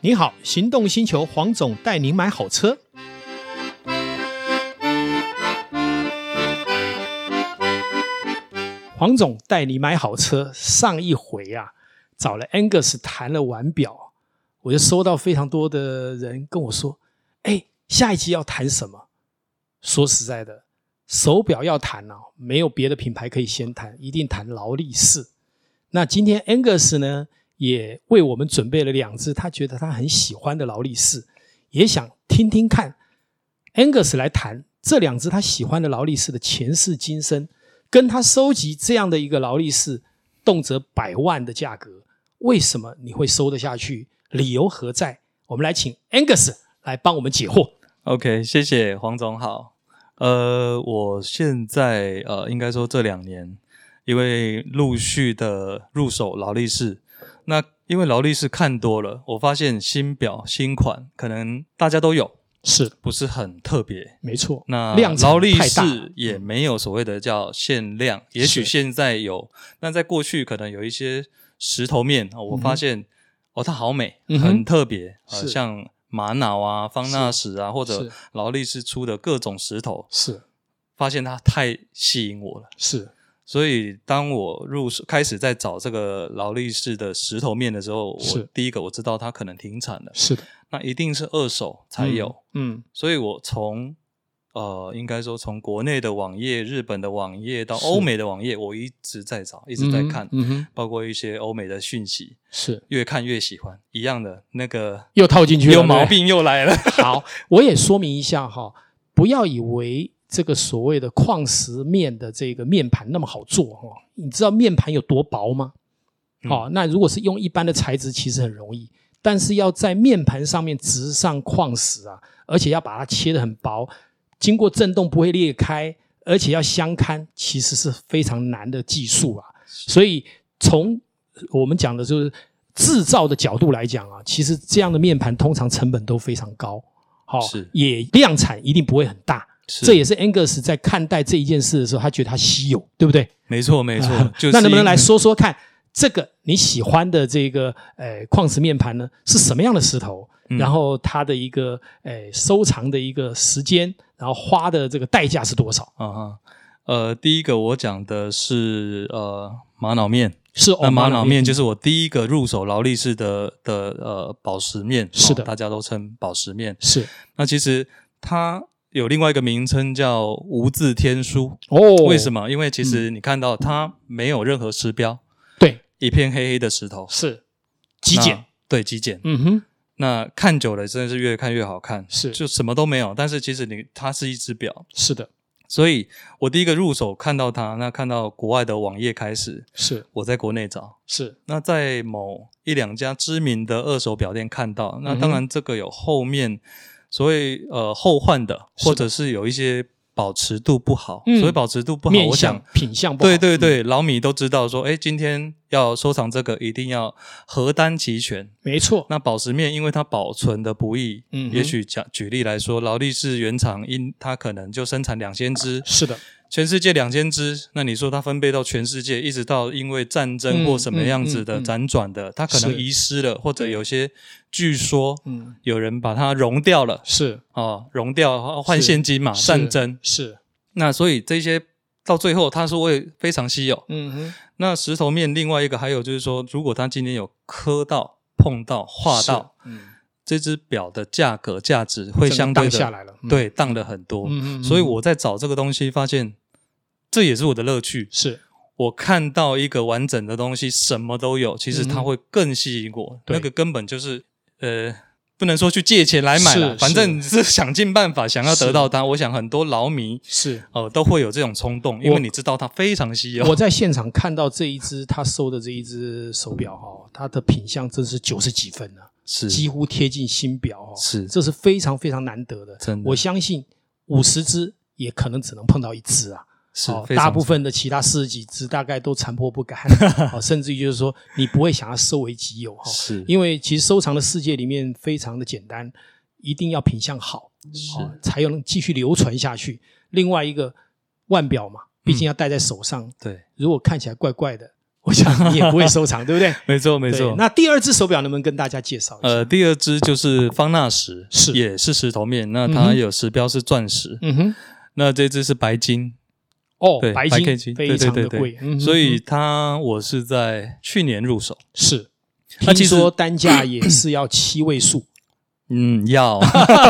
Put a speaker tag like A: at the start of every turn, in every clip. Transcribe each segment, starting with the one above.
A: 你好，行动星球黄总带您买好车。黄总带你买好车，上一回啊，找了 Angus 谈了腕表，我就收到非常多的人跟我说：“哎，下一期要谈什么？”说实在的，手表要谈啊，没有别的品牌可以先谈，一定谈劳力士。那今天 Angus 呢，也为我们准备了两只他觉得他很喜欢的劳力士，也想听听看 Angus 来谈这两只他喜欢的劳力士的前世今生，跟他收集这样的一个劳力士，动辄百万的价格，为什么你会收得下去？理由何在？我们来请 Angus 来帮我们解惑。
B: OK，谢谢黄总好。呃，我现在呃，应该说这两年，因为陆续的入手劳力士，那因为劳力士看多了，我发现新表新款可能大家都有，
A: 是，
B: 不是很特别。
A: 没错。
B: 那
A: 量产
B: 劳力
A: 太大
B: 士也没有所谓的叫限量，也许
A: 是
B: 现在有，那在过去可能有一些石头面，哦、我
A: 嗯
B: 发
A: 哼
B: 现、哦，它好美，
A: 嗯哼
B: 很特别，呃、
A: 是
B: 像玛瑙啊、方纳石啊，或者
A: 是
B: 劳力士出的各种石头，
A: 是
B: 发现它太吸引我了。
A: 是，
B: 所以，当我入手开始在找这个劳力士的石头面的时候，我
A: 是
B: 第一个我知道它可能停产了，
A: 是的，
B: 那一定是二手才有。
A: 嗯，
B: 所以我从呃，应该说从国内的网页、日本的网页到
A: 是
B: 欧美的网页，我一直在找，一
A: 一
B: 直在看，
A: 嗯哼，
B: 包括一些欧美的讯息，
A: 是
B: 越看越喜欢。一样的那个
A: 又套进去了，
B: 有毛
A: 对不对
B: 病又来了，
A: 好，我也说明一下哈，不要以为这个所谓的矿石面的这个面盘那么好做哈、你知道面盘有多薄吗？
B: 嗯
A: 好、那如果是用一般的材质，其实很容易，但是要在面盘上面直上矿石啊，而且要把它切得很薄，经过震动不会裂开，而且要相堪，其实是非常难的技术啊。所以从我们讲的就是制造的角度来讲啊，其实这样的面盘通常成本都非常高，好、
B: 是
A: 也量产一定不会很大。
B: 是
A: 这也是 Angus 在看待这一件事的时候，他觉得它稀有，对不对？。
B: 没错没错 就是
A: 啊那能不能
B: 因
A: 来
B: 为
A: 说说看，这个你喜欢的这个呃矿石面盘呢，是什么样的石头？
B: 嗯
A: 然后它的一个呃收藏的一个时间，然后花的这个代价是多少？
B: 啊哈，呃，第一个我讲的是呃玛瑙面，
A: 是
B: 那玛瑙
A: 嗯
B: 面就是是我第一个入手劳力士的的呃宝石面，
A: 是
B: 哦
A: 的
B: 大家都称宝石面。
A: 是
B: 那其实它有另外一个名称叫无字天书，
A: 哦，嗯
B: 为什
A: 么？
B: 么？因为其实你看到它没有任何石标，
A: 对，
B: 一片黑黑的石头，
A: 是极简
B: 那，。对，极简。
A: 嗯哼，
B: 那看久了真的是越看越好看，
A: 是
B: 就什么都没有，但是其实你它是一只表，
A: 是的，
B: 所以我第一个入手看到它，那看到国外的网页开始，
A: 是
B: 我在国内找，
A: 是
B: 那在某一两家知名的二手表店看到，
A: 嗯
B: 那当然这个有后面所谓呃后换的，
A: 是的
B: 或者是有一些保持度不好。
A: 嗯
B: 所谓保持度不好，
A: 面
B: 我
A: 相
B: 想
A: 品相不好，嗯
B: 对对对，老米都知道说，哎，今天要收藏这个一定要核单齐全。
A: 没错，
B: 那宝石面，因为它保存的不易，
A: 嗯哼
B: 也许讲举例来说，劳力士原厂因它可能就生产两千只，
A: 是的，
B: 全世界两千只，那你说它分配到全世界，一直到因为战争或什么样
A: 嗯
B: 子
A: 嗯
B: 的
A: 嗯嗯
B: 辗转的，它可能
A: 是
B: 遗失了，或者
A: 对
B: 有些据说
A: 嗯，
B: 有人把它融掉了
A: 是
B: 哦，融掉换
A: 是
B: 现金嘛，
A: 是
B: 啊战争。
A: 嗯是，
B: 那所以这些到最后它是会非常稀有。
A: 嗯哼，
B: 那石头面另外一个还有就是说，如果它今天有磕到、碰到、划到，
A: 是，嗯，
B: 这只表的价格价值会相
A: 整个荡
B: 对
A: 下
B: 的
A: 来了，嗯，
B: 对荡了很多。
A: 嗯嗯，嗯
B: 所以我在找这个东西，发现这也是我的乐趣。
A: 是
B: 我看到一个完整的东西，什么都有，其实它
A: 嗯
B: 会更吸引我。
A: 对
B: 那个根本就是呃，不能说去借钱来买了
A: 是，
B: 反正你是想尽办法想要得到它。我想很多劳迷
A: 是。
B: 呃都会有这种冲动，因
A: 我
B: 为你知道它非常稀有。
A: 我在现场看到这一只他收的这一只手表哈，它的品相真是九十几分呢、
B: 是
A: 几乎贴近新表哦，
B: 是
A: 这是非常非常难得的。
B: 真的
A: 我相信五十只也可能只能碰到一只啊。
B: 是
A: 哦
B: 非常
A: 大部分的其他四十几只大概都残破不堪，哦， 甚至于就是说你不会想要收为己有哈、
B: 是
A: 哦因为其实收藏的世界里面非常的简单，一定要品相好，哦
B: 是，
A: 才有能继续流传下去。
B: 嗯
A: 另外一个腕表嘛，毕竟要戴在手上，
B: 对
A: 如果看起来怪怪的， 我想你也不会收 藏，对不对？
B: 没错没
A: 对
B: 错。
A: 那第二只手表能不能跟大家介绍一下？
B: 呃，第二只就是方纳石，
A: 是
B: 也是石头面，那
A: 嗯
B: 它
A: 哼
B: 有石标是钻石，
A: 嗯哼，
B: 那这只是白金，
A: 哦
B: 对，，
A: 白
B: 白 K
A: 金
B: 金，
A: 非常的
B: 对对对对
A: 贵，嗯哼
B: 所以它我是在去年入手，
A: 是。
B: 那
A: 听
B: 其实
A: 说单价也是要七位 数，
B: 嗯，要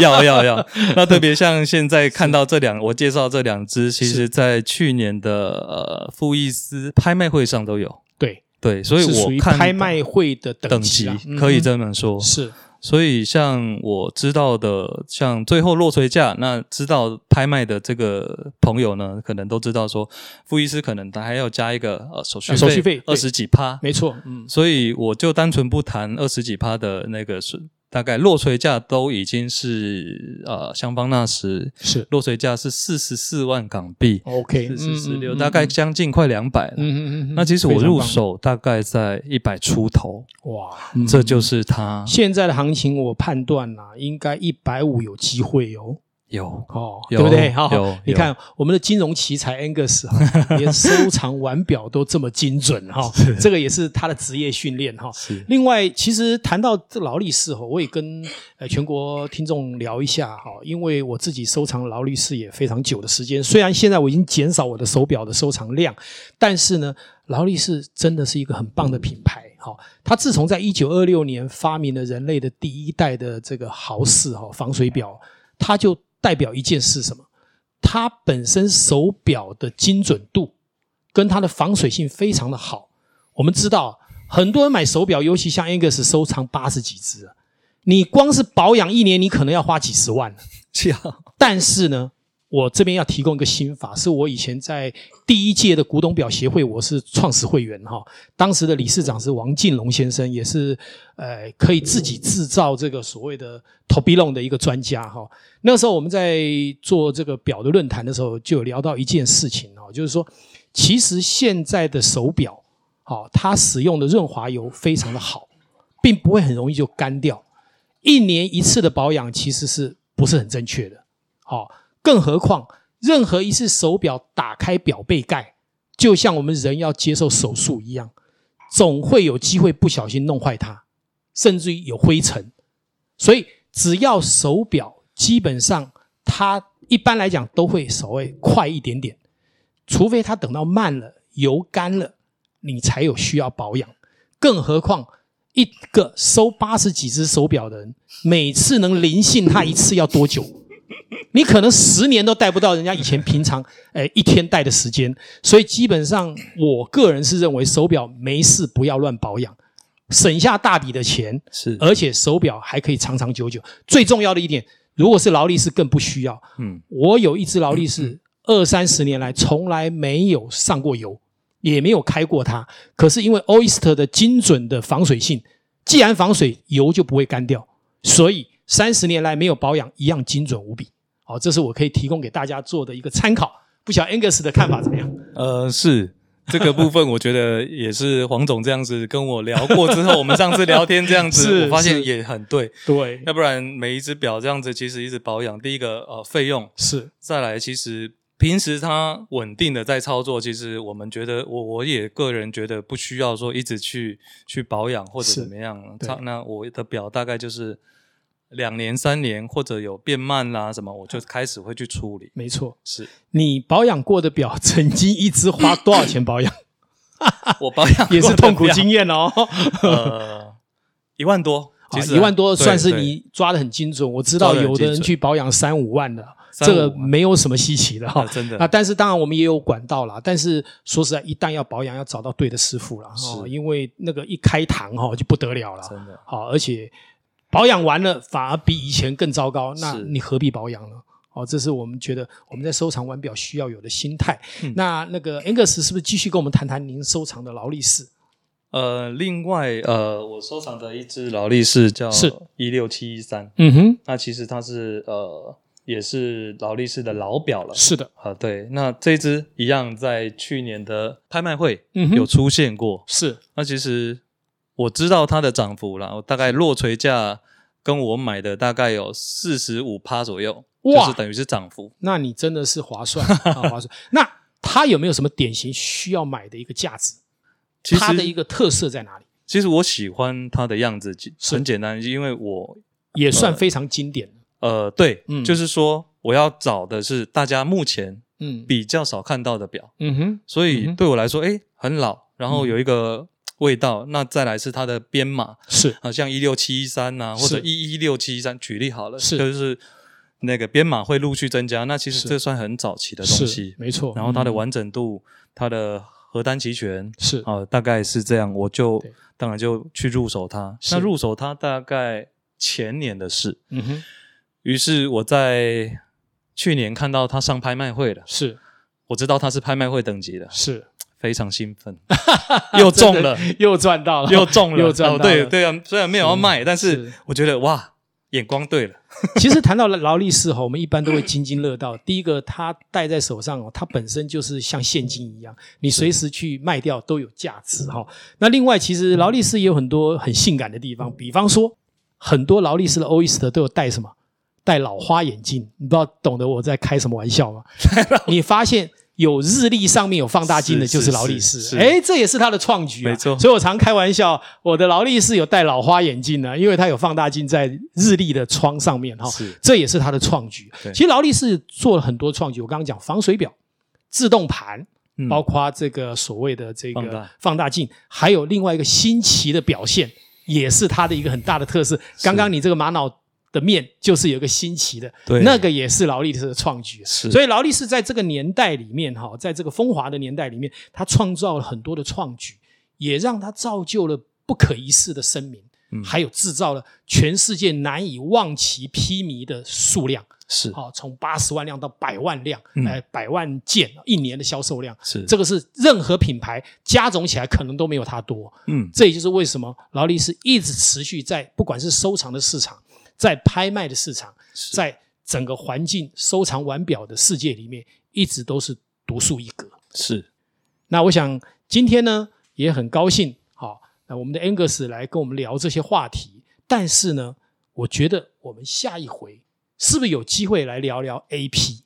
B: 要要要。那特别像现在看到这两，我介绍这两只，其
A: 是
B: 实在去年的呃富艺斯拍卖会上都有，
A: 对，
B: 对，所以
A: 是属于
B: 我看
A: 拍卖会的
B: 等
A: 等
B: 级
A: 啦嗯
B: 可以
A: 哼
B: 这么说。
A: 是
B: 所以像我知道的，像最后落锤价，那知道拍卖的这个朋友呢，可能都知道说，富艺斯可能他还要加一个呃手续
A: 啊
B: 费，
A: 手续费对
B: 二十几趴，
A: 没错，嗯，
B: 所以我就单纯不谈二十几趴的那个是，大概落锤价都已经是呃，香方纳什
A: 是
B: 落锤价是四十四万港币，
A: OK，
B: 四十
A: 嗯
B: 十六，
A: 嗯
B: 大概
A: 嗯
B: 将近快两百了。
A: 嗯嗯嗯嗯，
B: 那其实
A: 非
B: 我
A: 常
B: 入
A: 棒
B: 手大概在一百出头，
A: 哇，
B: 这就是它
A: 现在的行情我判断啦、应该一百五有机会哦。
B: 有
A: 哦，对
B: 有
A: 不对？好
B: 有，
A: 你看我们的金融奇才 Angus，哈 连收藏腕表都这么精准哈，这个也是他的职业训练哈。
B: 是
A: 另外，其实谈到这劳力士哈，我也跟呃全国听众聊一下哈，因为我自己收藏劳力士也非常久的时间，虽然现在我已经减少我的手表的收藏量，但是呢，劳力士真的是一个很棒的品牌哈。它自从在一九二六年发明了人类的第一代的这个豪式哈防水表，它就代表一件事什么？它本身手表的精准度跟它的防水性非常的好。我们知道很多人买手表，尤其像 Angus 收藏八十几只啊，你光是保养一年，你可能要花几十万。
B: 这样
A: 但是呢，我这边要提供一个心法，是我以前在第一届的古董表协会，我是创始会员哈。当时的理事长是王进龙先生，也是呃可以自己制造这个所谓的 t o b i l o n 的一个专家哈。那时候我们在做这个表的论坛的时候，就有聊到一件事情哦，就是说，其实现在的手表，好、它使用的润滑油非常的好，并不会很容易就干掉。一年一次的保养其实是不是很正确的？好、更何况任何一次手表打开表背盖，就像我们人要接受手术一样，总会有机会不小心弄坏它，甚至于有灰尘。所以只要手表，基本上它一般来讲都会稍微快一点点，除非它等到慢了、油干了，你才有需要保养。更何况一个收八十几只手表的人，每次能临幸他一次要多久？你可能十年都戴不到人家以前平常诶一天戴的时间，所以基本上我个人是认为手表没事不要乱保养，省下大笔的钱，
B: 是
A: 而且手表还可以长长久久。最重要的一点，如果是劳力士更不需要。
B: 嗯
A: 我有一只劳力士，二三十年来从来没有上过油，也没有开过它。可是因为 Oyster 的精准的防水性，既然防水，油就不会干掉，所以三十年来没有保养，一样精准无比。好，这是我可以提供给大家做的一个参考。不晓得 Angus 的看法怎么样？
B: 呃是。这个部分我觉得也是黄总这样子跟我聊过之后，我们上次聊天这样
A: 是
B: 子，我发
A: 是
B: 现也很对。
A: 对，
B: 要不然每一只表这样子，其实一直保养，第一个呃费用，
A: 是
B: 再来其实平时它稳定的在操作，其实我们觉得我我也个人觉得不需要说一直去去保养或者
A: 是
B: 怎么样。
A: 对
B: 它那我的表大概就是两年三年或者有变慢啦什么，我
A: 啊
B: 就开始会去处 理。
A: 没错。
B: 是
A: 你保养过的表，曾经一只花多少钱保养，
B: 我 保养
A: 也是痛苦经
B: 验，
A: 验哦。
B: 呃，一万多，其实
A: 啊，一万多
B: 对
A: 算是
B: 对
A: 你抓的很精准。我知道
B: 抓得很
A: 有的人
B: 精准
A: 去保养三五万的，
B: 三
A: 这个
B: 五万
A: 没有什么稀奇的哈、
B: 啊真的
A: 啊，但是当然我们也有管道啦。但是说实在，一旦要保养，要找到对的师傅了哈、
B: 是
A: 因为那个一开膛哈、就不得了了。
B: 真的
A: 好、而且保养完了反而比以前更糟糕，那
B: 是
A: 你何必保养呢？哦，这是我们觉得我们在收藏腕表需要有的心态。那那个 Angus 是不是继续跟我们谈谈您收藏的劳力士？
B: 呃，另外呃，我收藏的一只劳力士叫
A: 是
B: 一六七一三，
A: 嗯哼，
B: 那其实它是呃也是劳力士的老表了。
A: 是的，
B: 啊，对，那这只一样在去年的拍卖会
A: 嗯哼
B: 有出现过。
A: 是
B: 那其实我知道它的涨幅啦，我大概落锤价跟我买的大概有四十五趴左右，就
A: 哇
B: 是等于是涨幅。
A: 那你真的 是划算啊，划算。那它有没有什么典型需要买的一个价值？
B: 其
A: 它的一
B: 实
A: 个特色在哪里？
B: 其实我喜欢它的样子，其
A: 是
B: 很简单，因为我
A: 也算非常经典的。
B: 呃对，
A: 嗯
B: 就是说我要找的是大家目前
A: 嗯
B: 比较少看到的表，
A: 嗯哼，
B: 所
A: 嗯
B: 以
A: 哼
B: 对我来说，诶，很老，然后
A: 嗯
B: 有一个味道，那再来是它的编码，
A: 是
B: 啊，像一六七一三呐，或者
A: 是
B: 一一六七一三，举例好了，
A: 是
B: 就是那个编码会陆续增加，那其
A: 是
B: 实这算很早期的东
A: 是
B: 西，
A: 没错。
B: 然后它的
A: 嗯
B: 完整度、它的核单齐全，
A: 是
B: 啊，大概是这样，我就
A: 对
B: 当然就去入手它。
A: 是
B: 那入手它大概前年的事，
A: 嗯哼
B: 于是我在去年看到它上拍卖会了，
A: 是
B: 我知道它是拍卖会等级的，
A: 是
B: 非常兴 奋，又中了，
A: 又赚到了，
B: 又中了，
A: 又赚到
B: 哦
A: 了
B: 对对啊，虽然没有要卖，但
A: 是
B: 是我觉得哇，眼光对了，
A: 其实谈到劳力士哈，我们一般都会津津乐道。第一个，它戴在手上哦，它本身就是像现金一样，你随时去卖掉都有价值哈。那另外，其实劳力士也有很多很性感的地方，比方说很多劳力士的 Oyster 都有戴什么？戴老花眼镜，你不知道懂得我在开什么玩 笑吗？你发现有日历上面有放大镜的，
B: 是
A: 就是
B: 是
A: 劳力
B: 是
A: 士。
B: 是
A: 哎，这也是他的创举、啊，
B: 没错
A: 所以我常开玩笑，我的劳力士有戴老花眼镜呢、因为它有放大镜在日历的窗上面哈、
B: 是
A: 这也是他的创举。
B: 对
A: 其实劳力士做了很多创举，我刚刚讲防水表、自动盘，
B: 嗯
A: 包括这个所谓的这
B: 放
A: 个
B: 大
A: 放大镜，还有另外一个新奇的表现，也是它的一个很大的特色。刚刚你这个玛瑙的面就是有一个新奇的，
B: 对
A: 那个也是劳力士的创举。
B: 是
A: 所以劳力士在这个年代里面，哈，在这个风华的年代里面，它创造了很多的创举，也让它造就了不可一世的声名，
B: 嗯
A: 还有制造了全世界难以望其披靡的数量。
B: 是
A: 好、从八十万辆到百万辆，
B: 嗯
A: 呃，百万件一年的销售量，
B: 是
A: 这个是任何品牌加总起来可能都没有它多。
B: 嗯
A: 这也就是为什么劳力士一直持续在不管是收藏的市场，在拍卖的市场，
B: 是
A: 在整个环境收藏腕表的世界里面，一直都是独树一格。
B: 是
A: 那我想今天呢也很高兴，好、那我们的 Angus 来跟我们聊这些话题。但是呢，我觉得我们下一回是不是有机会来聊聊 AP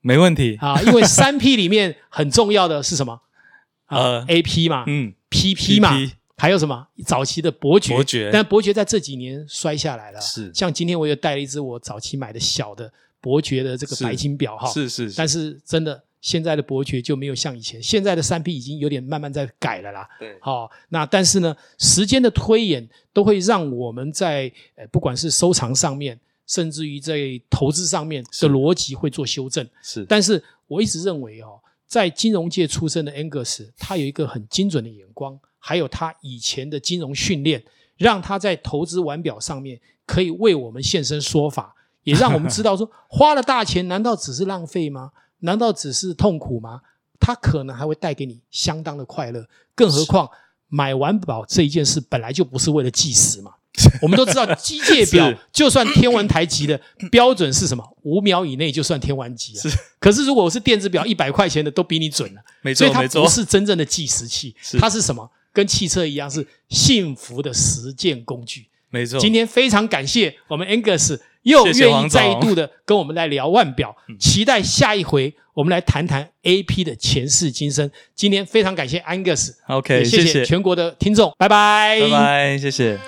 B: 没问题，
A: 啊？因为三 P 里面很重要的是什么？啊
B: 呃
A: ，AP 嘛，
B: 嗯
A: PP 嘛
B: PP，
A: 还有什么早期的伯爵？
B: 伯爵
A: 但伯爵在这几年摔下来了。
B: 是
A: 像今天我也带了一只我早期买的小的伯爵的这个
B: 是
A: 白金表哈，
B: 是是是
A: 但是真的，现在的伯爵就没有像以前，现在的三 P 已经有点慢慢在改了啦。
B: 对
A: 好、那但是呢，时间的推演都会让我们在呃，不管是收藏上面，甚至于在投资上面的
B: 是
A: 逻辑会做修正。
B: 是
A: 但是我一直认为哦，在金融界出身的 Angus，他有一个很精准的眼光，还有他以前的金融训练，让他在投资腕表上面可以为我们现身说法，也让我们知道说，花了大钱难道只是浪费吗？难道只是痛苦吗？它可能还会带给你相当的快乐，更何况买腕表这一件事本来就不是为了计时 嘛。我们都知道机械表
B: 是
A: 就算天文台级的标准是什么？五秒以内就算天文级、啊。
B: 是，
A: 可是如果我是电子表，一百块钱的都比你准了、
B: 没
A: 所以
B: 错
A: 它
B: 没
A: 不
B: 错，
A: 是真正的计时器，
B: 是
A: 它是什么？跟汽车一样，是幸福的实践工具。
B: 没错，
A: 今天非常感谢我们 Angus 又
B: 谢谢
A: 愿意
B: 黄总
A: 再度的跟我们来聊腕表，期待下一回我们来谈谈 AP 的前世今生。今天非常感谢 Angus，
B: OK，
A: 也谢
B: 谢谢
A: 全国的听众，拜拜，
B: 拜拜，谢谢。